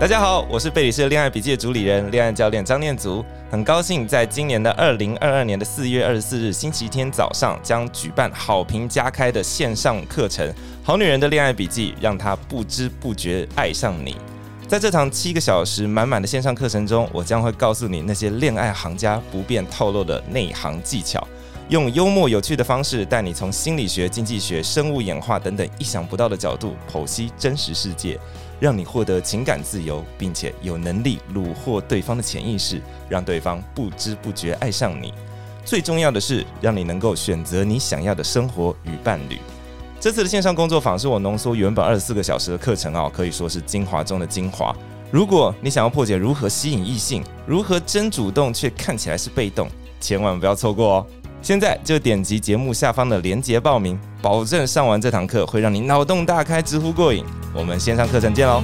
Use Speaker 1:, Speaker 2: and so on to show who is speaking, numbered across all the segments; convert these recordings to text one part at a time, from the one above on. Speaker 1: 大家好，我是贝里斯的恋爱笔记的主理人、恋爱教练张念祖，很高兴在今年的二零二二年的四月二十四日星期天早上，将举办好评加开的线上课程《好女人的恋爱笔记》，让她不知不觉爱上你。在这堂七个小时满满的线上课程中，我将会告诉你那些恋爱行家不便透露的内行技巧，用幽默有趣的方式带你从心理学、经济学、生物演化等等意想不到的角度剖析真实世界，让你获得情感自由，并且有能力虏获对方的潜意识，让对方不知不觉爱上你。最重要的是，让你能够选择你想要的生活与伴侣。这次的线上工作坊是我浓缩原本二十四个小时的课程哦，可以说是精华中的精华。如果你想要破解如何吸引异性，如何真主动却看起来是被动，千万不要错过哦！现在就点击节目下方的链接报名，保证上完这堂课会让你脑洞大开，直呼过瘾。我们线上课程见喽！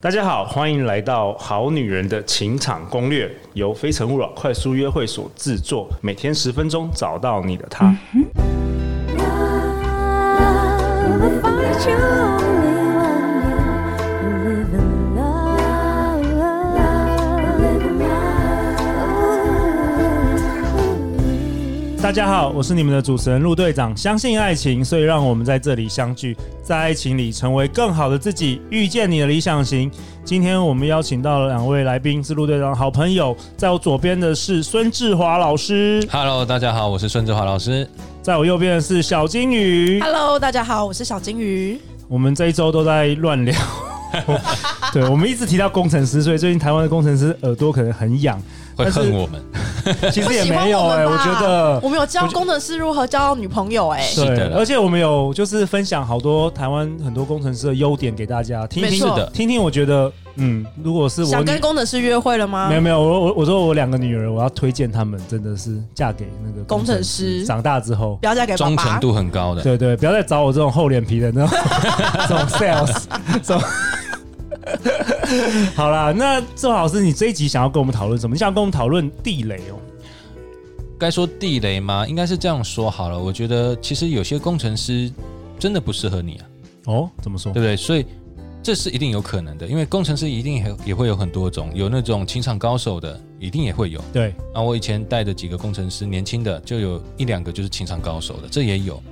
Speaker 2: 大家好，欢迎来到《好女人的情场攻略》，由非诚勿扰快速约会所制作，每天十分钟，找到你的他。
Speaker 3: Love, if I you only one live in love, live in love.
Speaker 4: 大家好，我是你们的主持人陆队长。相信爱情，所以让我们在这里相聚，在爱情里成为更好的自己，遇见你的理想型。今天我们邀请到了两位来宾，是陆队长的好朋友，在我左边的是孙志华老师，
Speaker 5: Hello，大家好，我是孙志华老师。
Speaker 4: 在我右边的是小金鱼。
Speaker 6: Hello，大家好，我是小金鱼。
Speaker 4: 我们这一周都在乱 聊，对我们一直提到工程师，所以最近台湾的工程师耳朵可能很痒，
Speaker 5: 会
Speaker 4: 但是
Speaker 5: 恨我们，
Speaker 4: 其实
Speaker 6: 不
Speaker 4: 也
Speaker 6: 喜欢
Speaker 4: 没有
Speaker 6: 我
Speaker 4: 哎、
Speaker 6: 们吧
Speaker 4: 我觉得
Speaker 6: 我们有教工程师如何交女朋友哎、
Speaker 5: 呃是的啦
Speaker 4: 而且我们有就是分享好多台湾很多工程师的优点给大家听一
Speaker 6: 没
Speaker 4: 听
Speaker 6: 错
Speaker 5: 是的
Speaker 4: 听听，我觉得嗯，如果是我
Speaker 6: 想
Speaker 4: 女
Speaker 6: 跟工程师约会了吗
Speaker 4: 没？有没有，我我我说我两个女儿，我要推荐她们真的是嫁给那个
Speaker 6: 工程
Speaker 4: 师，
Speaker 6: 师
Speaker 4: 长大之后
Speaker 6: 不。要嫁给爸
Speaker 5: 忠诚
Speaker 6: 爸。
Speaker 5: 度很高的。
Speaker 4: 哎对对，不要再找我这种厚脸皮的那种 这种 sales，这种。好啦，那郑老师，你这一集想要跟我们讨论什么？你想要跟我们讨论地雷哦？
Speaker 5: 该说地雷吗？应该是这样说好了。我觉得其实有些工程师真的不适合你啊，
Speaker 4: 哦，怎么说
Speaker 5: 对？不对？所以这是一定有可能的，因为工程师一定也也会有很多种，有那种情场高手的，一定也会有。
Speaker 4: 对，
Speaker 5: 那我以前带的几个工程师，年轻的就有一两个就是情场高手的，这也有。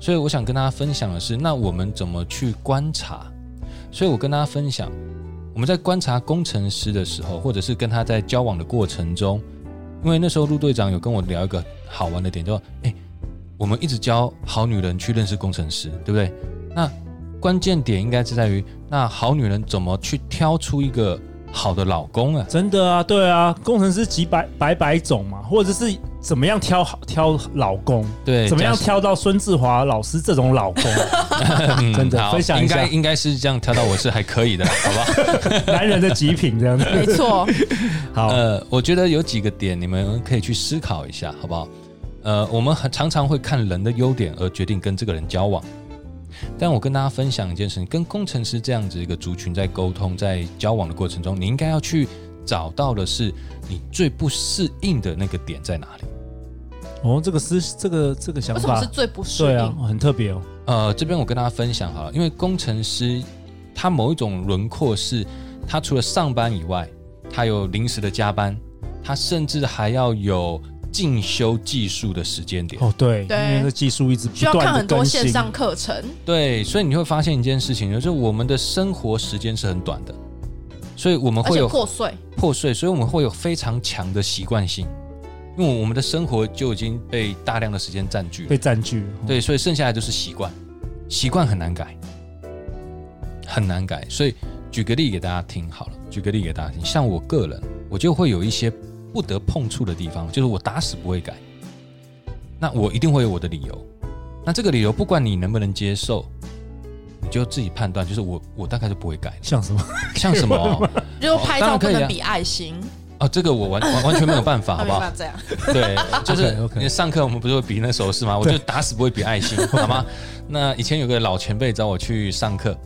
Speaker 5: 所以我想跟大家分享的是，那我们怎么去观察？所以我跟大家分享，我们在观察工程师的时候，或者是跟他在交往的过程中，因为那时候陆队长有跟我聊一个好玩的点，就哎，我们一直教好女人去认识工程师，对不对？那关键点应该是在于，那好女人怎么去挑出一个好的老公啊？
Speaker 4: 真的啊，对啊，工程师几百百百种嘛，或者是怎么样挑好挑老公，
Speaker 5: 对，
Speaker 4: 怎么样
Speaker 5: 假设
Speaker 4: 挑到孙志华老师这种 老公？
Speaker 5: 嗯
Speaker 4: 真的
Speaker 5: 好
Speaker 4: 分享一下
Speaker 5: 应该应该是这样挑到我是还可以 的啦，好不好？
Speaker 4: 男人的极品这样子。
Speaker 6: 没错，
Speaker 4: 好，
Speaker 5: 呃，我觉得有几个点你们可以去思考一下，好不好？呃，我们很常常会看人的优点而决定跟这个人交往，但我跟大家分享一件事情，跟工程师这样子一个族群在沟通、在交往的过程中，你应该要去找到的是你最不适应的那个点在哪里。
Speaker 4: 哦，这个思这个这个想
Speaker 6: 为什么
Speaker 4: 法
Speaker 6: 是，最不适
Speaker 4: 对啊
Speaker 6: 应？，
Speaker 4: 很特别哦。
Speaker 5: 呃，这边我跟大家分享好了，因为工程师他某一种轮廓是，他除了上班以外，他有临时的加班，他甚至还要有进修技术的时间点。
Speaker 4: 哦，对，
Speaker 6: 对
Speaker 4: 因为这技术一直不
Speaker 6: 需要
Speaker 4: 断
Speaker 6: 看
Speaker 4: 的
Speaker 6: 很多
Speaker 4: 更
Speaker 6: 线
Speaker 4: 新。
Speaker 6: 上课程，
Speaker 5: 对，所以你会发现一件事情，就是我们的生活时间是很短的，所以我们
Speaker 6: 而
Speaker 5: 会
Speaker 6: 且
Speaker 5: 有
Speaker 6: 破碎。
Speaker 5: 破碎，所以我们会有非常强的习惯性，因为我们的生活就已经被大量的时间占据了
Speaker 4: 被。占据哦了，
Speaker 5: 对，所以剩下来就是习惯，习惯很难改，很难改。所以举个例给大家听好了，举个例给大家听。像我个人，我就会有一些不得碰触的地方，就是我打死不会改。那我一定会有我的理由。那这个理由，不管你能不能接受，你就自己判断。就是我，我大概就不会改了。
Speaker 4: 像什么？
Speaker 5: 像什么哦？
Speaker 6: 就是拍
Speaker 5: 当然
Speaker 6: 照不
Speaker 5: 可以啊
Speaker 6: 能比爱心，
Speaker 5: 哦这个我完完完全没有办法，
Speaker 6: 他
Speaker 5: 好
Speaker 6: 没
Speaker 5: 不好
Speaker 6: 办法？这样。
Speaker 5: 对，就是
Speaker 4: OK，OK
Speaker 5: 因为上课我们不是会比那手势吗？我就打死不会比爱心，好吗？那以前有个老前辈找我去上课，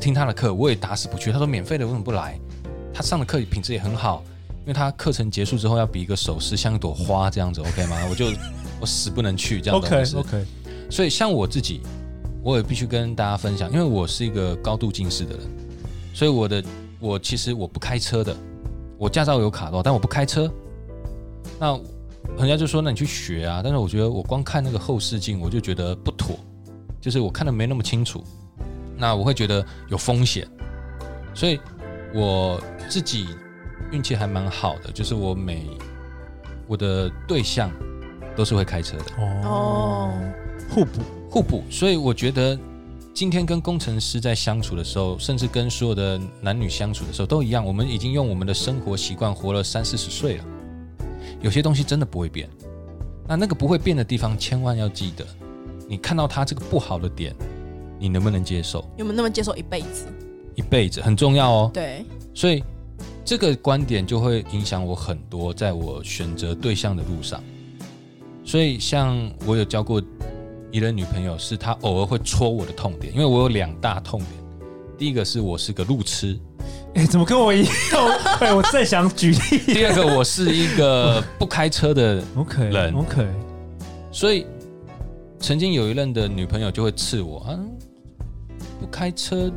Speaker 5: 听他的课，我也打死不去。他说免费的为什么不来？他上的课品质也很好，因为他课程结束之后要比一个手势，像一朵花这样子，OK 吗？我就我死不能去这样的
Speaker 4: OK
Speaker 5: 东西。
Speaker 4: OK，
Speaker 5: 所以像我自己，我也必须跟大家分享，因为我是一个高度近视的人，所以我的我其实我不开车的，我驾照有卡到，但我不开车。那人家就说，那你去学啊，但是我觉得我光看那个后视镜，我就觉得不妥，就是我看的没那么清楚，那我会觉得有风险，所以我自己运气还蛮好的，就是我每我的对象都是会开车的。
Speaker 6: 哦，
Speaker 4: 互补，
Speaker 5: 互补，所以我觉得今天跟工程师在相处的时候，甚至跟所有的男女相处的时候都一样，我们已经用我们的生活习惯活了三四十岁了，有些东西真的不会变。那那个不会变的地方，千万要记得，你看到他这个不好的点，你能不能接受？
Speaker 6: 有没有那么接受一辈子？
Speaker 5: 一辈子很重要哦。
Speaker 6: 对，
Speaker 5: 所以这个观点就会影响我很多，在我选择对象的路上。所以，像我有交过一任女朋友，是她偶尔会戳我的痛点，因为我有两大痛点。第一个是我是个路痴，
Speaker 4: 哎、怎么跟我一样？ 哎、我正想举例。
Speaker 5: 第二个我是一个不开车的，人
Speaker 4: OK，OK，、
Speaker 5: 所以曾经有一任的女朋友就会刺我啊，不开车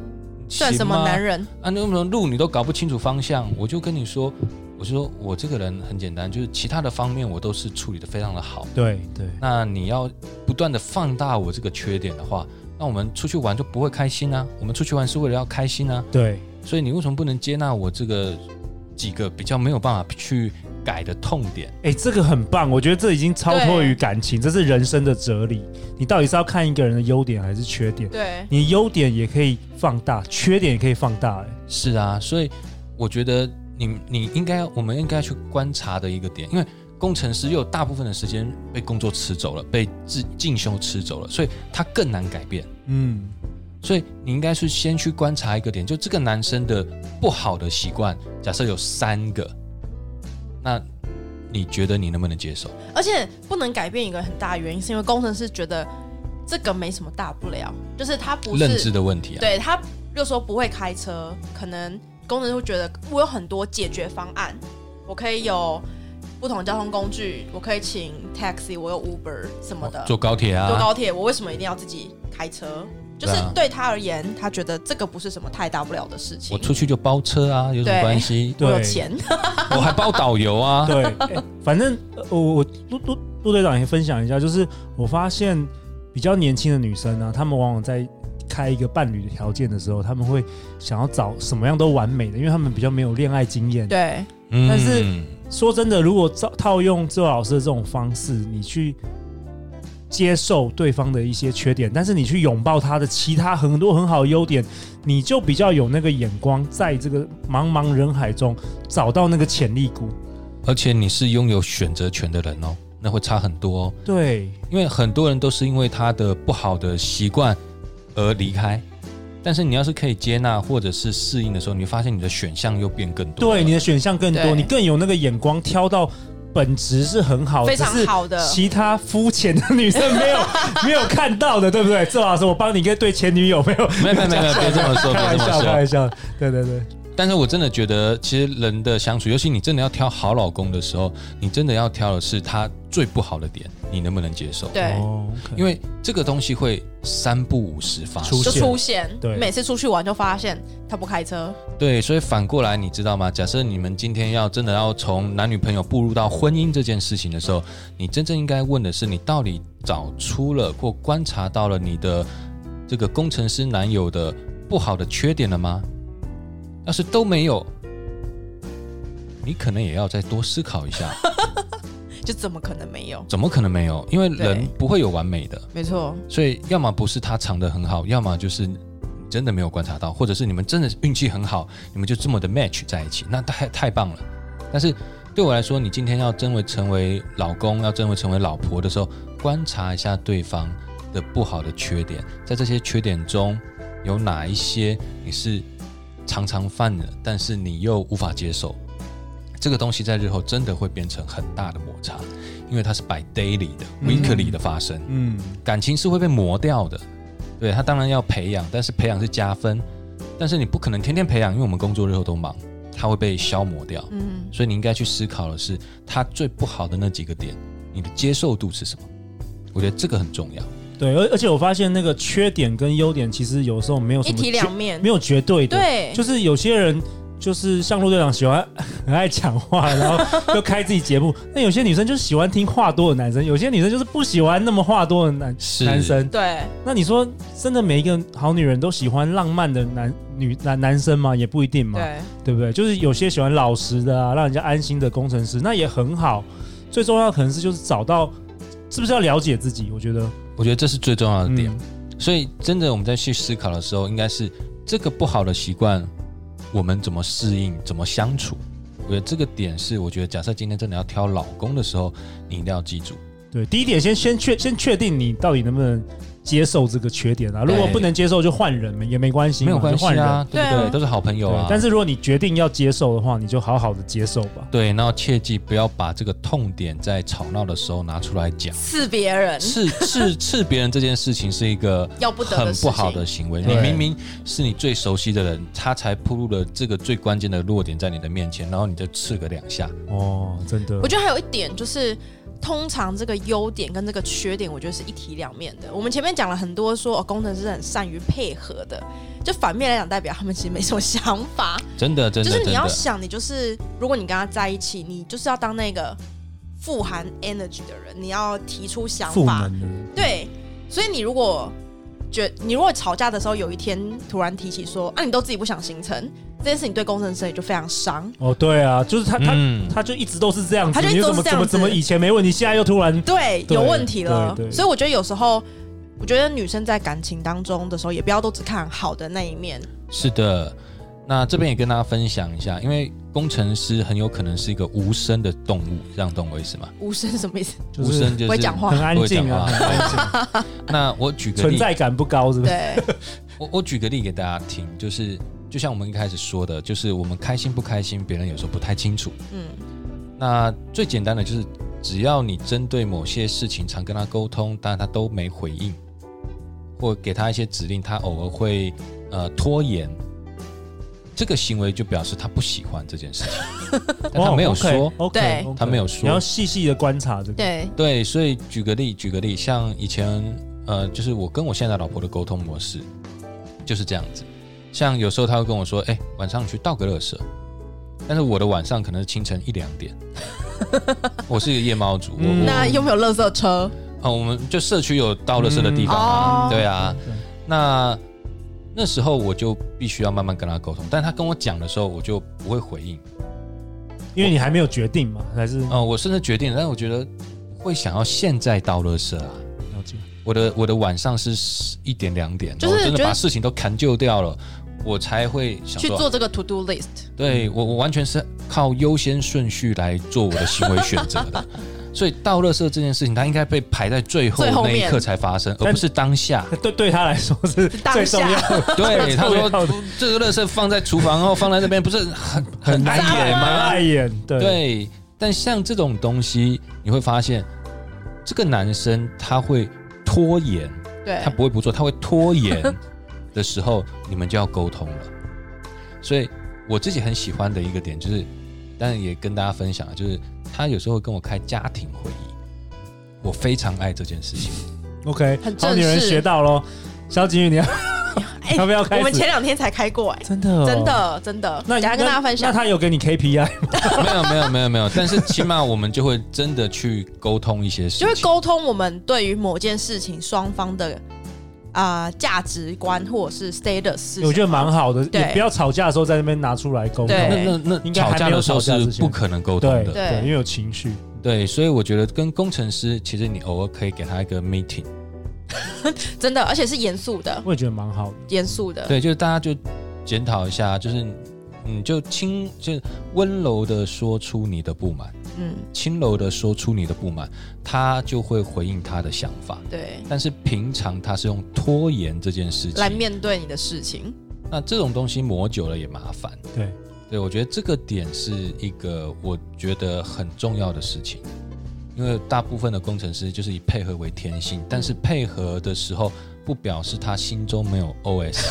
Speaker 6: 算什么
Speaker 5: 人？
Speaker 6: 男人？
Speaker 5: 啊，那么路你都搞不清楚方向，我就跟你说，我就说我这个人很简单，就是其他的方面我都是处理的非常的好。
Speaker 4: 对对，
Speaker 5: 那你要不断的放大我这个缺点的话，那我们出去玩就不会开心啊。我们出去玩是为了要开心啊，
Speaker 4: 对，
Speaker 5: 所以你为什么不能接纳我这个几个比较没有办法去改的痛点？
Speaker 4: 哎、这个很棒，我觉得这已经超脱于感情，这是人生的哲理。你到底是要看一个人的优点还是缺点？
Speaker 6: 对，
Speaker 4: 你优点也可以放大，缺点也可以放大、哎，
Speaker 5: 是啊，所以我觉得你你应该，我们应该去观察的一个点，因为工程师又有大部分的时间被工作吃走了，被自进修吃走了，所以他更难改变。
Speaker 4: 嗯，
Speaker 5: 所以你应该是先去观察一个点，就这个男生的不好的习惯，假设有三个，那你觉得你能不能接受？
Speaker 6: 而且不能改变一个很大的原因，是因为工程师觉得这个没什么大不了，就是他不
Speaker 5: 认知
Speaker 6: 是
Speaker 5: 的问题啊，
Speaker 6: 对他又说不会开车，可能工程师会觉得我有很多解决方案，我可以有不同的交通工具，我可以请 taxi，我有 Uber 什么
Speaker 4: 哦
Speaker 6: 的，
Speaker 5: 坐高铁
Speaker 6: 坐
Speaker 5: 啊，
Speaker 6: 高铁，我为什么一定要自己开车？就是
Speaker 5: 对啊
Speaker 6: 对他而言，他觉得这个不是什么太大不了的事情
Speaker 5: 我。出去就包车啊，有什么
Speaker 6: 对
Speaker 5: 关系？
Speaker 6: 我有
Speaker 4: 对
Speaker 6: 钱，
Speaker 5: 我还包导游啊，
Speaker 4: 对，哎反正呃我我陆陆陆队长也分享一下，就是我发现比较年轻的女生呢、她们往往在开一个伴侣的条件的时候，她们会想要找什么样都完美的，因为她们比较没有恋爱经验。
Speaker 6: 对
Speaker 5: 嗯
Speaker 4: 但是说真的，如果照套用周老师的这种方式，你去接受对方的一些缺点，但是你去拥抱他的其他很多很好的优点，你就比较有那个眼光，在这个茫茫人海中找到那个潜力股。
Speaker 5: 而且你是拥有选择权的人哦，那会差很多哦。
Speaker 4: 对，
Speaker 5: 因为很多人都是因为他的不好的习惯而离开，但是你要是可以接纳或者是适应的时候，你会发现你的选项又变更多了。
Speaker 4: 对，你的选项更多，
Speaker 6: 对
Speaker 4: 你更有那个眼光，挑到本质是很好，
Speaker 6: 非常
Speaker 4: 只是
Speaker 6: 好的
Speaker 4: 其他肤浅的女生没有 没有看到的，对不对？周老师，我帮你跟对前女友没有
Speaker 5: 没有没有没有没有，别这么 说，
Speaker 4: 开玩
Speaker 5: 别这么
Speaker 4: 笑，开玩
Speaker 5: 说。
Speaker 4: 笑，对对对，
Speaker 5: 但是我真的觉得，其实人的相处，尤其你真的要挑好老公的时候，你真的要挑的是他最不好的点，你能不能接受？，
Speaker 6: 对，
Speaker 4: 哦，OK，
Speaker 5: 因为这个东西会三不五时发生
Speaker 4: 哦出。
Speaker 6: 就
Speaker 4: 现
Speaker 6: 出现。
Speaker 4: 对
Speaker 6: 每次出去玩就发现他不开车，
Speaker 5: 对，所以反过来，你知道吗？假设你们今天要真的要从男女朋友步入到婚姻这件事情的时候，你真正应该问的是，你到底找出了或观察到了你的这个工程师男友的不好的缺点了吗？要是都没有，你可能也要再多思考一下，
Speaker 6: 就怎么可能没有？
Speaker 5: 怎么可能没有？因为人
Speaker 6: 对
Speaker 5: 不会有完美的，
Speaker 6: 没错，
Speaker 5: 所以要么不是他藏得很好，要么就是你真的没有观察到，或者是你们真的运气很好，你们就这么的 match 在一起，那太太棒了。但是对我来说，你今天要真为成为老公，要真为成为老婆的时候，观察一下对方的不好的缺点，在这些缺点中有哪一些你是常常犯的，但是你又无法接受。这个东西在日后真的会变成很大的摩擦，因为它是 by daily 的、
Speaker 4: 嗯
Speaker 5: weekly 的发生。
Speaker 4: 嗯，
Speaker 5: 感情是会被磨掉的。对他当然要培养，但是培养是加分，但是你不可能天天培养，因为我们工作日后都忙，它会被消磨掉。
Speaker 6: 嗯，
Speaker 5: 所以你应该去思考的是，他最不好的那几个点，你的接受度是什么？我觉得这个很重要。
Speaker 4: 对，而而且我发现那个缺点跟优点其实有时候没有什
Speaker 6: 一
Speaker 4: 么
Speaker 6: 体
Speaker 4: 绝
Speaker 6: 两面
Speaker 4: 没。有绝对的。
Speaker 6: 对，
Speaker 4: 就是有些人就是像陆队长喜欢 很爱讲话，然后又开自己节目。那有些女生就是喜欢听话多的男生，有些女生就是不喜欢那么话多的男
Speaker 5: 是
Speaker 4: 男生。
Speaker 6: 对，
Speaker 4: 那你说，真的每一个好女人都喜欢浪漫的男女男男生吗？也不一定嘛，
Speaker 6: 对，
Speaker 4: 对不对？就是有些喜欢老实的啊，让人家安心的工程师，那也很好。最重要的可能是就是找到。是不是要了解自己？我觉得，
Speaker 5: 我觉得这是最重要的点。
Speaker 4: 嗯
Speaker 5: 所以，真的我们在去思考的时候，应该是这个不好的习惯，我们怎么适应，怎么相处。我觉得这个点是，我觉得假设今天真的要挑老公的时候，你一定要记住，
Speaker 4: 对，第一点先先确先确定你到底能不能接受这个缺点啊。如果
Speaker 5: 对
Speaker 4: 不能接受，就换人嘛，也没关系嘛，
Speaker 5: 没有关系
Speaker 4: 就换人
Speaker 5: 啊，对不对？
Speaker 6: 对啊
Speaker 5: 都是好朋友啊
Speaker 4: 对。但是如果你决定要接受的话，你就好好的接受吧。
Speaker 5: 对，然后切记不要把这个痛点在吵闹的时候拿出 来讲。
Speaker 6: 刺别人
Speaker 5: 刺刺刺别人这件事情是一个
Speaker 6: 要不得
Speaker 5: 很
Speaker 6: 的事
Speaker 5: 不
Speaker 6: 情
Speaker 5: 好的行为。
Speaker 4: 对
Speaker 5: 你明明是你最熟悉的人，他才铺露了这个最关键的弱点在你的面前，然后你就刺个两下。
Speaker 4: 哦，真的
Speaker 5: 嗯
Speaker 6: 我，觉得还有一点就是，通常这个优点跟这个缺点，我觉得是一体两面的。我们前面讲了很多说，哦，工程师很善于配合的，就反面来讲，代表他们其实没什么想法。
Speaker 5: 真的， 真
Speaker 6: 就
Speaker 5: 的，
Speaker 6: 是
Speaker 5: 真
Speaker 6: 你要
Speaker 5: 的，
Speaker 6: 想，你就是如果你跟他在一起，你就是要当那个富含 energy 的人，你要提出想
Speaker 4: 赋
Speaker 6: 法，
Speaker 4: 能的人
Speaker 6: 对。所以你如果觉你如果吵架的时候，有一天突然提起说，啊，你都自己不想形成这件事，你对工程师也就非常伤。
Speaker 4: 哦，对啊，就是他他
Speaker 5: 嗯，
Speaker 4: 他就一直都是这样子，
Speaker 6: 他就一
Speaker 4: 你
Speaker 6: 直
Speaker 4: 怎
Speaker 6: 都
Speaker 4: 么
Speaker 6: 是这
Speaker 4: 怎
Speaker 6: 样
Speaker 4: 么
Speaker 6: 子
Speaker 4: 怎么以前没问题，现在又突然
Speaker 6: 对，
Speaker 4: 对
Speaker 6: 有问题了
Speaker 4: 对。对
Speaker 6: 所以我觉得有时候，我觉得女生在感情当中的时候，也不要都只看好的那一面。
Speaker 5: 是的。那这边也跟大家分享一下，因为工程师很有可能是一个无声的动物，这样懂我意思吗？
Speaker 6: 无声是什么意思？
Speaker 4: 就
Speaker 5: 无
Speaker 4: 是
Speaker 5: 声就是
Speaker 6: 不会 讲话
Speaker 4: 很安静啊，
Speaker 5: 不会
Speaker 4: 很
Speaker 5: 讲话
Speaker 4: 安静，
Speaker 5: 那我举个
Speaker 4: 存
Speaker 5: 例，
Speaker 4: 在感不高，是不是？
Speaker 6: 对，
Speaker 5: 我我举个例给大家听，就是就像我们一开始说的，就是我们开心不开心，别人有时候不太清楚。
Speaker 6: 嗯，
Speaker 5: 那最简单的就是，只要你针对某些事情常跟他沟通，但他都没回应，或给他一些指令，他偶尔会呃拖延，这个行为就表示他不喜欢这件事情，但他没有说，
Speaker 4: 哦，OK，
Speaker 6: 对
Speaker 5: 他没有
Speaker 4: 你要
Speaker 5: 说。
Speaker 4: 细细的观察这个，
Speaker 6: 对，
Speaker 5: 对，所以举个例，举个例，像以前呃，就是我跟我现在老婆的沟通模式就是这样子，像有时候她会跟我说，哎、晚上去倒个垃圾。但是我的晚上可能是清晨一两点，我是一个夜猫族，我
Speaker 4: 嗯
Speaker 5: 我
Speaker 6: 那有没有垃圾车？
Speaker 5: 哦，我们就社区有倒垃圾的地方啊，
Speaker 6: 嗯哦
Speaker 5: 对啊。那那时候我就必须要慢慢跟他沟通，但他跟我讲的时候，我就不会回应。
Speaker 4: 因为你还没有决定嘛，还是
Speaker 5: 哦，我甚至决定了，但我觉得会想要现在倒垃圾啊。
Speaker 4: 了解，
Speaker 5: 我的我的晚上是一点两点，
Speaker 6: 就是
Speaker 5: 我真
Speaker 6: 觉
Speaker 5: 的
Speaker 6: 得
Speaker 5: 把事情都砍就掉了，我才会想
Speaker 6: 去
Speaker 5: 说，
Speaker 6: 做这个 to do list。
Speaker 5: 对我我完全是靠优先顺序来做我的行为选择 的。所以倒垃圾这件事情，它应该被排在最后
Speaker 6: 最后
Speaker 5: 那一
Speaker 6: 面
Speaker 5: 刻才发生，而
Speaker 4: 但
Speaker 5: 不是当 下。
Speaker 4: 对对他来说是
Speaker 6: 当
Speaker 4: 最重要的，
Speaker 5: 对，他说
Speaker 4: 重要的
Speaker 5: 这个垃圾放在厨房，然后放在那边，不是很很难
Speaker 6: 很
Speaker 5: 演
Speaker 6: 傻
Speaker 5: 吗？
Speaker 4: 碍眼，对
Speaker 5: 对，但像这种东西，你会发现，这个男生他会拖延，
Speaker 6: 对
Speaker 5: 他，不会不做，他会拖 延的时候，你们就要沟通了。所以我自己很喜欢的一个点就是，当然也跟大家分享，啊就是他有时候会跟我开家庭会议，我非常爱这件事 情。
Speaker 4: ，OK，
Speaker 6: 很正
Speaker 4: 好女人
Speaker 6: 式
Speaker 4: 学到喽，萧景宇， 你要
Speaker 6: 哎
Speaker 4: 要不要开始
Speaker 6: 我们前两天才开过，哎，
Speaker 4: 真的、哦、
Speaker 6: 真。的真的，
Speaker 4: 那
Speaker 6: 等一下跟大家分享
Speaker 4: 那。那他有给你 KPI 吗？
Speaker 5: 没有没有没有没有，但是起码我们就会真的去沟通一些事
Speaker 6: 就
Speaker 5: 情，
Speaker 6: 会沟通我们对于某件事情双方的啊价、值观或者是 status 是什么
Speaker 4: 我觉得蛮好的，
Speaker 6: 对
Speaker 4: 也不要吵架的时候在那边拿出来沟通。
Speaker 6: 对
Speaker 5: 那那
Speaker 4: 应
Speaker 5: 那
Speaker 4: 该还
Speaker 5: 吵
Speaker 4: 没
Speaker 5: 架
Speaker 4: 有
Speaker 5: 的时候
Speaker 4: 吵架
Speaker 5: 是
Speaker 4: 之前
Speaker 5: 不可能沟通
Speaker 4: 对
Speaker 5: 的，
Speaker 6: 对
Speaker 4: 因为有情绪，
Speaker 5: 对，所以我觉得跟工程师，其实你偶尔可以给他一个 meeting，
Speaker 6: 真的，而且是严肃的，
Speaker 4: 我也觉得蛮好的。
Speaker 6: 严肃的。
Speaker 5: 对，就是大家就检讨一下，就是你就轻，就是温柔的说出你的不满，
Speaker 6: 嗯，
Speaker 5: 轻柔的说出你的不满，他就会回应他的想法。
Speaker 6: 对，
Speaker 5: 但是平常他是用拖延这件事情
Speaker 6: 来面对你的事情。
Speaker 5: 那这种东西磨久了也麻烦。
Speaker 4: 对，
Speaker 5: 对，我觉得这个点是一个我觉得很重要的事情，因为大部分的工程师就是以配合为天性，但是配合的时候不表示他心中没有 OS，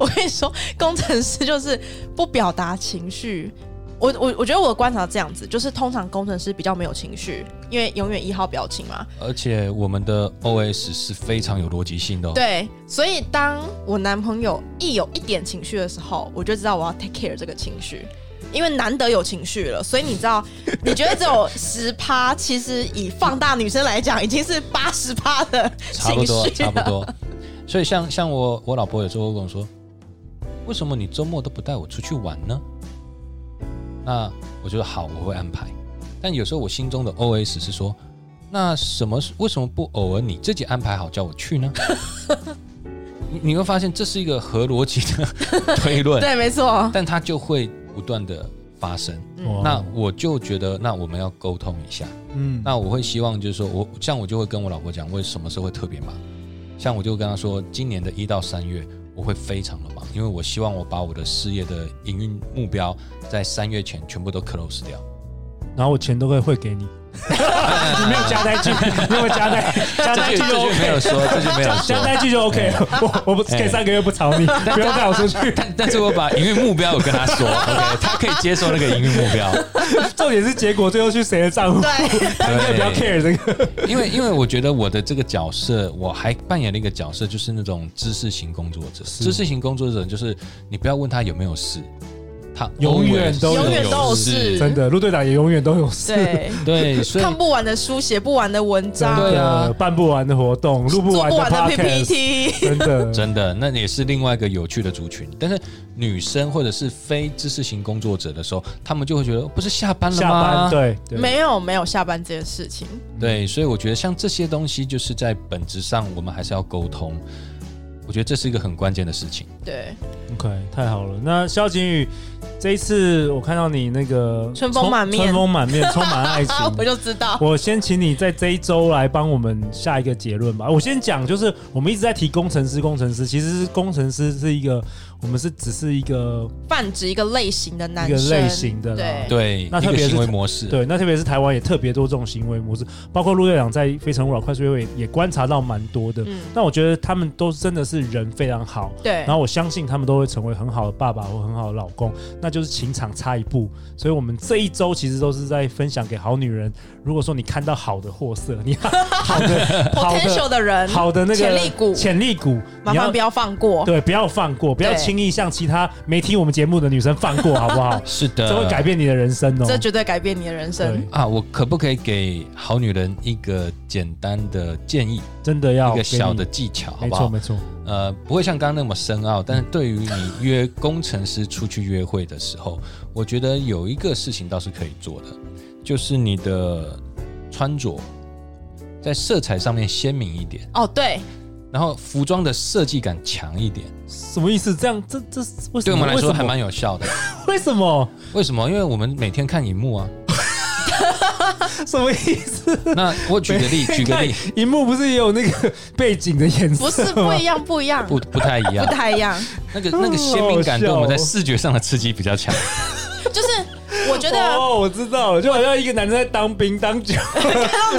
Speaker 6: 我跟你说，工程师就是不表达情绪，我我我觉得我的观察这样子，就是通常工程师比较没有情绪，因为永远一号表情嘛。
Speaker 5: 而且我们的 OS 是非常有逻辑性的、哦。，
Speaker 6: 对，所以当我男朋友一有一点情绪的时候，我就知道我要 take care 这个情绪，因为难得有情绪了。所以你 知道，你觉得只有十趴，其实以放大女生来讲，已经是八十趴的
Speaker 5: 差不
Speaker 6: 情
Speaker 5: 多，
Speaker 6: 绪
Speaker 5: 差不
Speaker 6: 了。
Speaker 5: 多。所以像像我我老婆有时候跟我说，为什么你周末都不带我出去玩呢？那我就说好，我会安排。但有时候我心中的 OS 是说，那什么为什么不偶尔你自己安排好叫我去呢？ 你你会发现这是一个合逻辑的推论，
Speaker 6: 对，没错，
Speaker 5: 但它就会不断的发生。
Speaker 4: 哇
Speaker 5: 那我就觉得，那我们要沟通一下。
Speaker 4: 嗯，
Speaker 5: 那我会希望就是说我像我就会跟我老婆讲，我什么时候会特别忙。像我就跟她说，今年的一到三月我会非常的忙，因为我希望我把我的事业的营运目标在三月前全部都 close 掉。
Speaker 4: 然后我钱都会汇 给你，你没有加在一句，没有加在加在一
Speaker 5: 这
Speaker 4: 句
Speaker 5: 句
Speaker 4: 就
Speaker 5: 这句没
Speaker 4: OK，
Speaker 5: 有哎说，这句没有
Speaker 4: 加在一
Speaker 5: 说。
Speaker 4: 句就 OK 了。我我不可以三个月不吵你，
Speaker 5: 哎
Speaker 4: 不要带我出去。
Speaker 5: 但但是我把营运目标有跟她说，OK，她可以接受那个营运目标。
Speaker 4: 重点是结果最后去谁的账户？
Speaker 6: 对，
Speaker 4: 他应 该不要 care 这个。
Speaker 5: 因为因为我觉得我的这个角色，我还扮演了一个角色，就是那种知识型工作者。知识型工作者就是你不要问他有没有事，他
Speaker 4: 永远
Speaker 5: always
Speaker 4: 都有
Speaker 6: 永远都有
Speaker 5: 事
Speaker 6: 事，
Speaker 4: 真的，陆队长也永远都有事。
Speaker 6: 对，
Speaker 5: 对，所以
Speaker 6: 看不完的书，写不完的文
Speaker 4: 真
Speaker 6: 章，
Speaker 5: 对啊
Speaker 4: 的，办不完的活动，录不
Speaker 6: 做
Speaker 4: 完
Speaker 6: 不
Speaker 4: 的
Speaker 6: 完的
Speaker 4: podcast，
Speaker 6: PPT。
Speaker 4: 真的，
Speaker 5: 真的那也是另外一个有趣的族群。但是女生或者是非知识型工作者的时候，他们就会觉得不是下班了吗？
Speaker 4: 下班对对，
Speaker 6: 没有没有下班这件事情，
Speaker 5: 对，所以我觉得像这些东西，就是在本质上我们还是要沟通。我觉得这是一个很关键的事情。
Speaker 6: 对，
Speaker 4: OK，太好了。那萧景宇，这一次我看到你那个
Speaker 6: 春风满面。
Speaker 4: 充春风满面，充满爱情
Speaker 6: 啊我就知 道，
Speaker 4: 我先请你在这一周来帮我们下一个结论吧。我先讲，就是我们一直在提工程师，工程师其实是工程师是一个，我们是只是一个
Speaker 6: 泛指一个类型的男
Speaker 4: 一个
Speaker 6: 生，
Speaker 4: 类型的啦
Speaker 6: 对
Speaker 5: 对，
Speaker 4: 那
Speaker 5: 一
Speaker 4: 特
Speaker 5: 个
Speaker 4: 别是
Speaker 5: 行为模式。？
Speaker 4: 对，那特别是台湾也特别多这种行为模式，包括陆队长在《非诚勿扰》快速约会也观察到蛮多的。
Speaker 6: 嗯，
Speaker 4: 但我觉得他们都真的是人非常好，
Speaker 6: 对
Speaker 4: 然，后我相信他们都会成为很好的爸爸或很好的老公，那就是情场差一步。所以，我们这一周其实都是在分享给好女人。如果说你看到好的货色，你好的好
Speaker 6: potential
Speaker 4: 的
Speaker 6: 的人，
Speaker 4: 好的那个
Speaker 6: 潜力股
Speaker 4: 潜力股，
Speaker 6: 麻
Speaker 4: 你要
Speaker 6: 烦不要放过。
Speaker 4: 对不要放过，不要
Speaker 6: 对
Speaker 4: 轻易向其他没听我们节目的女生放过，好不好
Speaker 5: 是的，
Speaker 4: 这会改变你的人生哦。
Speaker 6: 啊这绝对改变你的人
Speaker 4: 对
Speaker 6: 生。，
Speaker 5: 啊！我可不可以给好女人一个简单的建议，
Speaker 4: 真的要
Speaker 5: 一个小的
Speaker 4: 给
Speaker 5: 技巧，
Speaker 4: 你，没
Speaker 5: 好不
Speaker 4: 错
Speaker 5: 好？
Speaker 4: 没错，
Speaker 5: 呃，不会像刚刚那么深奥，但是对于你约工程师出去约会的时候，我觉得有一个事情倒是可以做的，就是你的穿着在色彩上面鲜明一点，
Speaker 6: 哦，对，
Speaker 5: 然后服装的设计感强一点，
Speaker 4: 什么意思？这样这这为什么？
Speaker 5: 对我们来
Speaker 4: 为什
Speaker 5: 说
Speaker 4: 么
Speaker 5: 还蛮有效的。
Speaker 4: 为什么？
Speaker 5: 为什么？因为我们每天看荧幕啊。
Speaker 4: 什么意思？
Speaker 5: 那我举个 例，举个例，
Speaker 4: 荧幕不是也有那个背景的颜色
Speaker 6: 不
Speaker 4: 吗？
Speaker 6: 是不一样，不一 样，
Speaker 5: 不
Speaker 6: 不
Speaker 5: 不太一样，
Speaker 6: 太一样。
Speaker 5: 那个那个鲜明感对我们在视觉上的刺激比较强。
Speaker 6: 就是我觉得
Speaker 4: 哦，我知道了，就好像一个男生在当兵当久，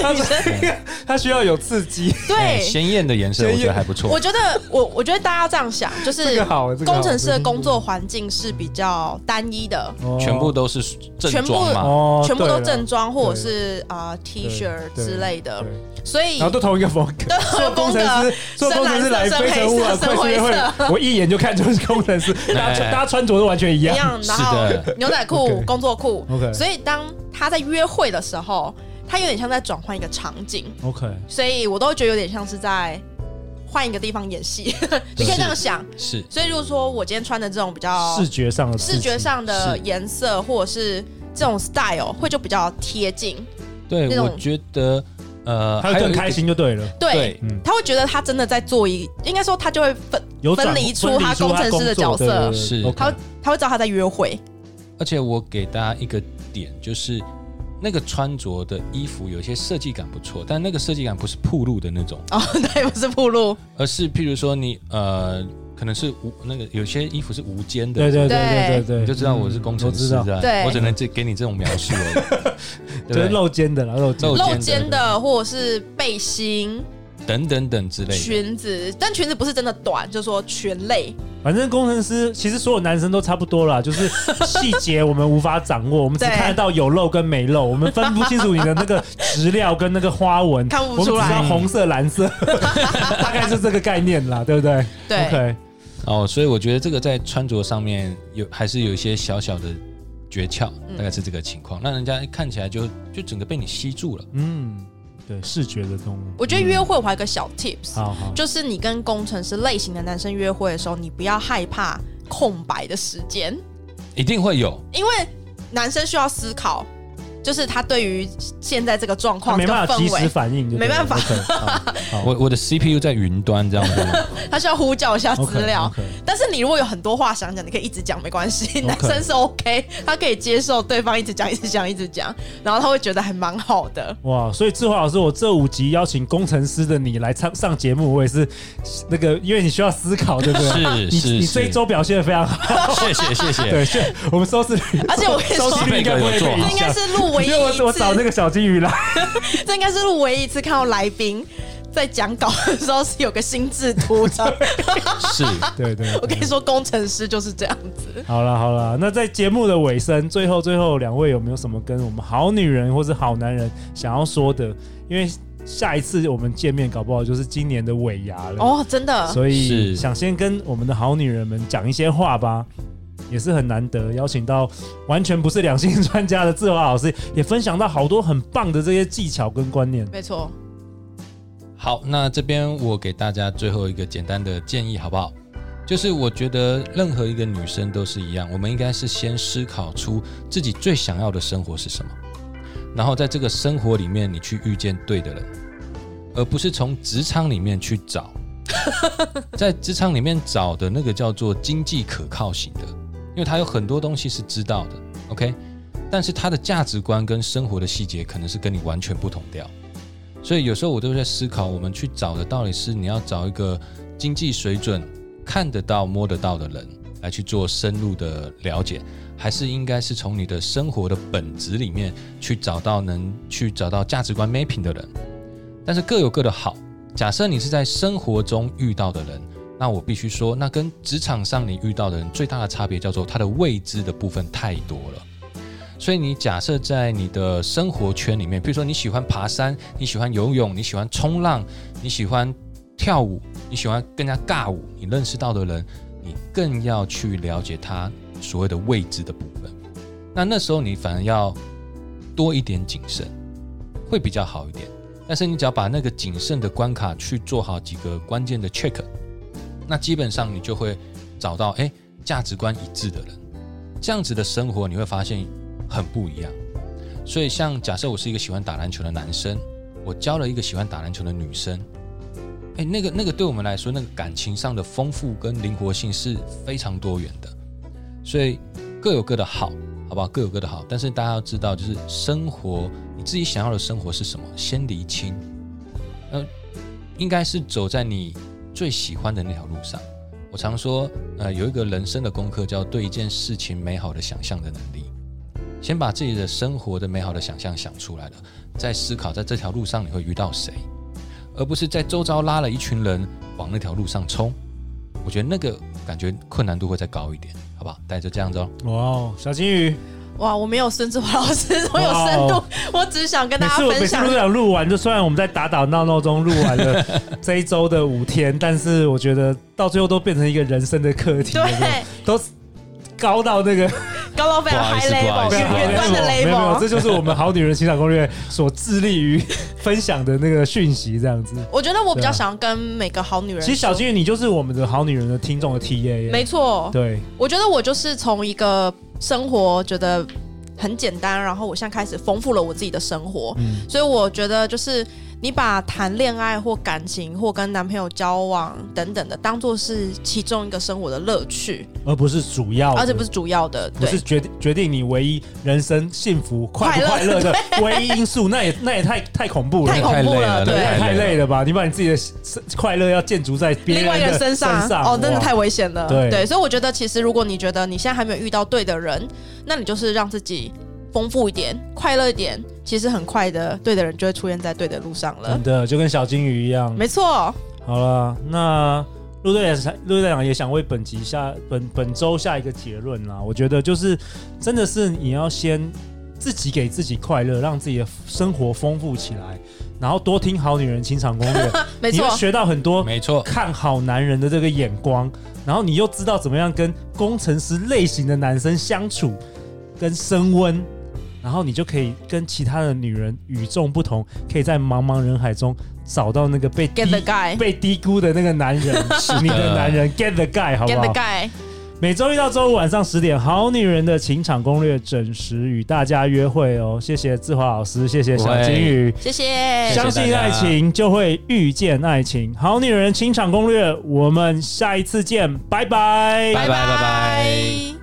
Speaker 4: 他是他需要有刺激，
Speaker 5: 哎
Speaker 6: 对，
Speaker 5: 鲜艳的颜色我觉
Speaker 4: 鲜
Speaker 5: 得
Speaker 4: 艳
Speaker 5: 还不错
Speaker 6: 我。觉得我我觉得大家这样想，就
Speaker 4: 这
Speaker 6: 是
Speaker 4: 个好，这个好
Speaker 6: 工程师的工作环境是比较单一的，
Speaker 5: 全部都是正
Speaker 6: 全部
Speaker 5: 装嘛，
Speaker 4: 哦
Speaker 6: 全部都正
Speaker 4: 装
Speaker 6: 装或者是啊 T 恤之类的，嗯所以
Speaker 4: 然后都同一个风格。
Speaker 6: 都有
Speaker 4: 工
Speaker 6: 风
Speaker 4: 程
Speaker 6: 格
Speaker 4: 师，做工程师来非诚勿扰快速约会，我一眼就看出是工程师，大家穿大家穿着都完全一
Speaker 6: 一
Speaker 4: 样。
Speaker 6: 样，然后
Speaker 5: 是的
Speaker 6: 牛仔裤
Speaker 4: OK、
Speaker 6: 工作裤
Speaker 4: OK
Speaker 6: 所以当他在约会的时候，他有点像在转换一个场景，
Speaker 4: OK，
Speaker 6: 所以我都觉得有点像是在换一个地方演戏， 你可以这样想。
Speaker 5: 是
Speaker 6: 所以如果说我今天穿的这种比较
Speaker 4: 视觉上的刺激
Speaker 6: 视觉上的颜色，或者是这种 style，会就比较贴近。那
Speaker 5: 对，
Speaker 6: 种
Speaker 5: 我觉得呃，
Speaker 4: 他会
Speaker 5: 还有
Speaker 4: 更
Speaker 5: 一个
Speaker 4: 开。心就对了，
Speaker 6: 对
Speaker 5: 对，
Speaker 4: 嗯，
Speaker 6: 他会觉得他真的在做一，应该说他就会分，
Speaker 4: 有转
Speaker 6: 分离出他
Speaker 4: 分离
Speaker 6: 工程师的角色
Speaker 4: 工作对对对
Speaker 5: 是
Speaker 4: OK
Speaker 6: 他会他会知道他在约会。
Speaker 5: 而且我给大家一个点，就是那个穿着的衣服有些设计感不错，但那个设计感不是铺路的那种，
Speaker 6: 哦， 对，不是铺路，
Speaker 5: 而是譬如说你呃，可能是无那个有些衣服是无肩的，
Speaker 4: 对对对对对对，
Speaker 5: 你就知道我是工
Speaker 4: 嗯
Speaker 5: 程师
Speaker 4: 我知道
Speaker 5: 的，
Speaker 6: 对
Speaker 5: 我只能这给你这种描述 而已，
Speaker 4: 就是
Speaker 5: 对不对？
Speaker 4: 露肩的啦，露肩
Speaker 5: 露
Speaker 6: 露
Speaker 5: 肩
Speaker 6: 肩的或者是背心，
Speaker 5: 等等等之类的。
Speaker 6: 裙子，但裙子不是真的短，就说裙类。
Speaker 4: 反正工程师其实所有男生都差不多啦，就是 细节我们无法掌握，我们只
Speaker 6: 对
Speaker 4: 看得到有漏跟没漏，我们分不清楚你的那个质料跟那个花纹，
Speaker 6: 看不
Speaker 4: 我们只
Speaker 6: 出
Speaker 4: 知
Speaker 6: 来
Speaker 4: 道红色、蓝 色，大概是这个概念啦，对不对？
Speaker 6: 对
Speaker 4: o k
Speaker 5: 哦，所以我觉得这个在穿着上面有还是有一些小小的诀窍，
Speaker 6: 嗯
Speaker 5: 大概是这个情况，让人家看起来就就整个被你吸住了。
Speaker 4: 嗯，对，视觉的东西，
Speaker 6: 我觉得约会我还有一个小 tips，、
Speaker 4: 好好，
Speaker 6: 就是你跟工程师类型的男生约会的时候，你不要害怕空白的时间，
Speaker 5: 一定会有，
Speaker 6: 因为男生需要思考，就是他对于现在这个状
Speaker 4: 他
Speaker 6: 况、
Speaker 4: 没
Speaker 6: 这
Speaker 4: 办
Speaker 6: 个
Speaker 4: 法及
Speaker 6: 氛
Speaker 4: 时
Speaker 6: 围，
Speaker 4: 反应就对了，
Speaker 6: 没办法
Speaker 4: OK，好 好
Speaker 5: 我我的 CPU 在云端，这样子吗。
Speaker 6: 他需要呼叫一下资
Speaker 4: OK，
Speaker 6: 料。
Speaker 4: OK
Speaker 6: 但是你如果有很多话想讲，你可以一直讲，没关系。男生是 OK，他可以接受对方一直讲、一直讲、一直讲，然后他会觉得还蛮好的。
Speaker 4: 哇，所以志华老师，我这五集邀请工程师的你来上上节目，我也是那个，因为你需要思考，对不 对？
Speaker 5: 是
Speaker 4: 你
Speaker 5: 是，
Speaker 4: 你
Speaker 5: 是
Speaker 4: 这一周表现的非常好，
Speaker 5: 谢谢谢谢。
Speaker 4: 对，是我们收视率，
Speaker 6: 而且我啊跟你
Speaker 4: 收
Speaker 6: 说
Speaker 4: 视率应该不会被
Speaker 5: 这
Speaker 4: 影
Speaker 6: 这应该
Speaker 4: 响，
Speaker 6: 是录唯一
Speaker 4: 因为
Speaker 6: 一
Speaker 4: 我我找那
Speaker 6: 次，
Speaker 4: 个小金鱼来，
Speaker 6: 这应该是录唯一一次看到来宾在讲稿的时候是有个心智图的。
Speaker 5: 是，
Speaker 4: 对对
Speaker 6: 我跟你说，工程师就是这样子。
Speaker 4: 好了好了，那在节目的尾声，最后最后两位有没有什么跟我们好女人或是好男人想要说的？因为下一次我们见面，搞不好就是今年的尾牙了。
Speaker 6: 哦，真的，
Speaker 4: 所以
Speaker 5: 是
Speaker 4: 想先跟我们的好女人们讲一些话吧，也是很难得邀请到完全不是两性专家的志华老师，也分享到好多很棒的这些技巧跟观念。
Speaker 6: 没错。
Speaker 5: 好，那这边我给大家最后一个简单的建议，好不好？就是我觉得任何一个女生都是一样，我们应该是先思考出自己最想要的生活是什么，然后在这个生活里面你去遇见对的人，而不是从职场里面去找。在职场里面找的那个叫做经济可靠型的，因为他有很多东西是知道的，OK，但是他的价值观跟生活的细节可能是跟你完全不同调。所以有时候我都会在思考，我们去找的到底是你要找一个经济水准看得到、摸得到的人来去做深入的了解，还是应该是从你的生活的本质里面去找到能去找到价值观 mapping 的人？但是各有各的好。假设你是在生活中遇到的人，那我必须说，那跟职场上你遇到的人最大的差别叫做他的未知的部分太多了。所以你假设在你的生活圈里面，比如说你喜欢爬山，你喜欢游泳，你喜欢冲浪，你喜欢跳舞，你喜欢跟人家尬舞，你认识到的人，你更要去了解他所谓的未知的部分。那那时候你反而要多一点谨慎，会比较好一点。但是你只要把那个谨慎的关卡去做好几个关键的 check，那基本上你就会找到哎价值观一致的人，这样子的生活你会发现很不一样。所以像假设我是一个喜欢打篮球的男生，我交了一个喜欢打篮球的女生，哎，那个那个对我们来说，那个感情上的丰富跟灵活性是非常多元的，所以各有各的好，好不好？各有各的好，但是大家要知道，就是生活你自己想要的生活是什么，先厘清。呃，应该是走在你最喜欢的那条路上。我常说，呃，有一个人生的功课叫对一件事情美好的想象的能力。先把自己的生活的美好的想象想出来了，再思考在这条路上你会遇到谁，而不是在周遭拉了一群人往那条路上冲。我觉得那个感觉困难度会再高一点，好不好？大家就这样子哦。
Speaker 4: 哇哦，小金鱼，
Speaker 6: 哇，我没有孙志华老师，我有
Speaker 4: 哇
Speaker 6: 深
Speaker 4: 哦
Speaker 6: 度，我只想跟
Speaker 4: 每
Speaker 6: 大
Speaker 4: 次
Speaker 6: 家
Speaker 4: 我
Speaker 6: 分
Speaker 4: 每次
Speaker 6: 享
Speaker 4: 都。想录完，就虽然我们在打打闹闹中录完了这一周的五天，但是我觉得到最后都变成一个人生的课题， 有没有
Speaker 6: 对，
Speaker 4: 都是高到那个
Speaker 6: 高到非常
Speaker 5: 不好意
Speaker 6: high
Speaker 5: 思不好
Speaker 6: level，
Speaker 5: 意思
Speaker 6: 远远端的
Speaker 4: 没有没有，
Speaker 6: level。
Speaker 4: 这就是我们好女人情感攻略所致力于分享的那个讯息，这样子。
Speaker 6: 我觉得我比
Speaker 4: 对
Speaker 6: 较
Speaker 4: 啊
Speaker 6: 想要跟每个好女人说，
Speaker 4: 其实小金鱼，你就是我们的好女人的听众的 TA，耶
Speaker 6: 没错，
Speaker 4: 对，
Speaker 6: 我觉得我就是从一个生活觉得很简单，然后我现在开始丰富了我自己的生活，
Speaker 4: 嗯
Speaker 6: 所以我觉得就是你把谈恋爱或感情或跟男朋友交往等等的，当做是其中一个生活的乐趣，
Speaker 4: 而不是主要的，
Speaker 6: 而且不是主要的，
Speaker 4: 哦不
Speaker 6: 对
Speaker 4: 是。决定决定你唯一人生幸福快不快乐的唯一因素，那也那也太太恐怖了，
Speaker 6: 太恐怖了
Speaker 5: 那
Speaker 6: 对
Speaker 5: 也
Speaker 4: 太
Speaker 5: 太
Speaker 4: 累
Speaker 5: 累了。
Speaker 4: 了吧？你把你自己的生快乐要建筑在别人
Speaker 6: 另外一个
Speaker 4: 的
Speaker 6: 人身上，哦，真的太危险了。
Speaker 4: 对
Speaker 6: 所以我觉得其实如果你觉得你现在还没有遇到对的人，那你就是让自己丰富一点、快乐一点、其实很快的，对的人就会出现在对的路上了
Speaker 4: 真。的就跟小金鱼一样。
Speaker 6: 没错，
Speaker 4: 好了，那陆队长，陆队长也想为本集下本本周下一个结论啦。我觉得就是，真的是你要先自己给自己快乐，让自己的生活丰富起来，然后多听《好女人情场攻略》，
Speaker 6: 没
Speaker 4: 你
Speaker 6: 错
Speaker 4: 会，学到很多
Speaker 5: 没错，
Speaker 4: 看好男人的这个眼光，然后你又知道怎么样跟工程师类型的男生相处，跟升温，然后你就可以跟其他的女人与众不同，可以在茫茫人海中找到那个被
Speaker 6: get the
Speaker 4: 低
Speaker 6: guy，get
Speaker 4: 被低估的那个男人，是你的男人，get the guy，好不
Speaker 6: the
Speaker 4: 好？
Speaker 6: guy，
Speaker 4: 每周一到周五晚上十点，《好女人的情场攻略》准时与大家约会哦。谢谢志华老师，谢谢小金鱼。
Speaker 6: 谢谢，
Speaker 4: 相信爱情就会遇见爱情。好女人情场攻略，我们下一次见，拜拜。
Speaker 5: 拜拜拜拜。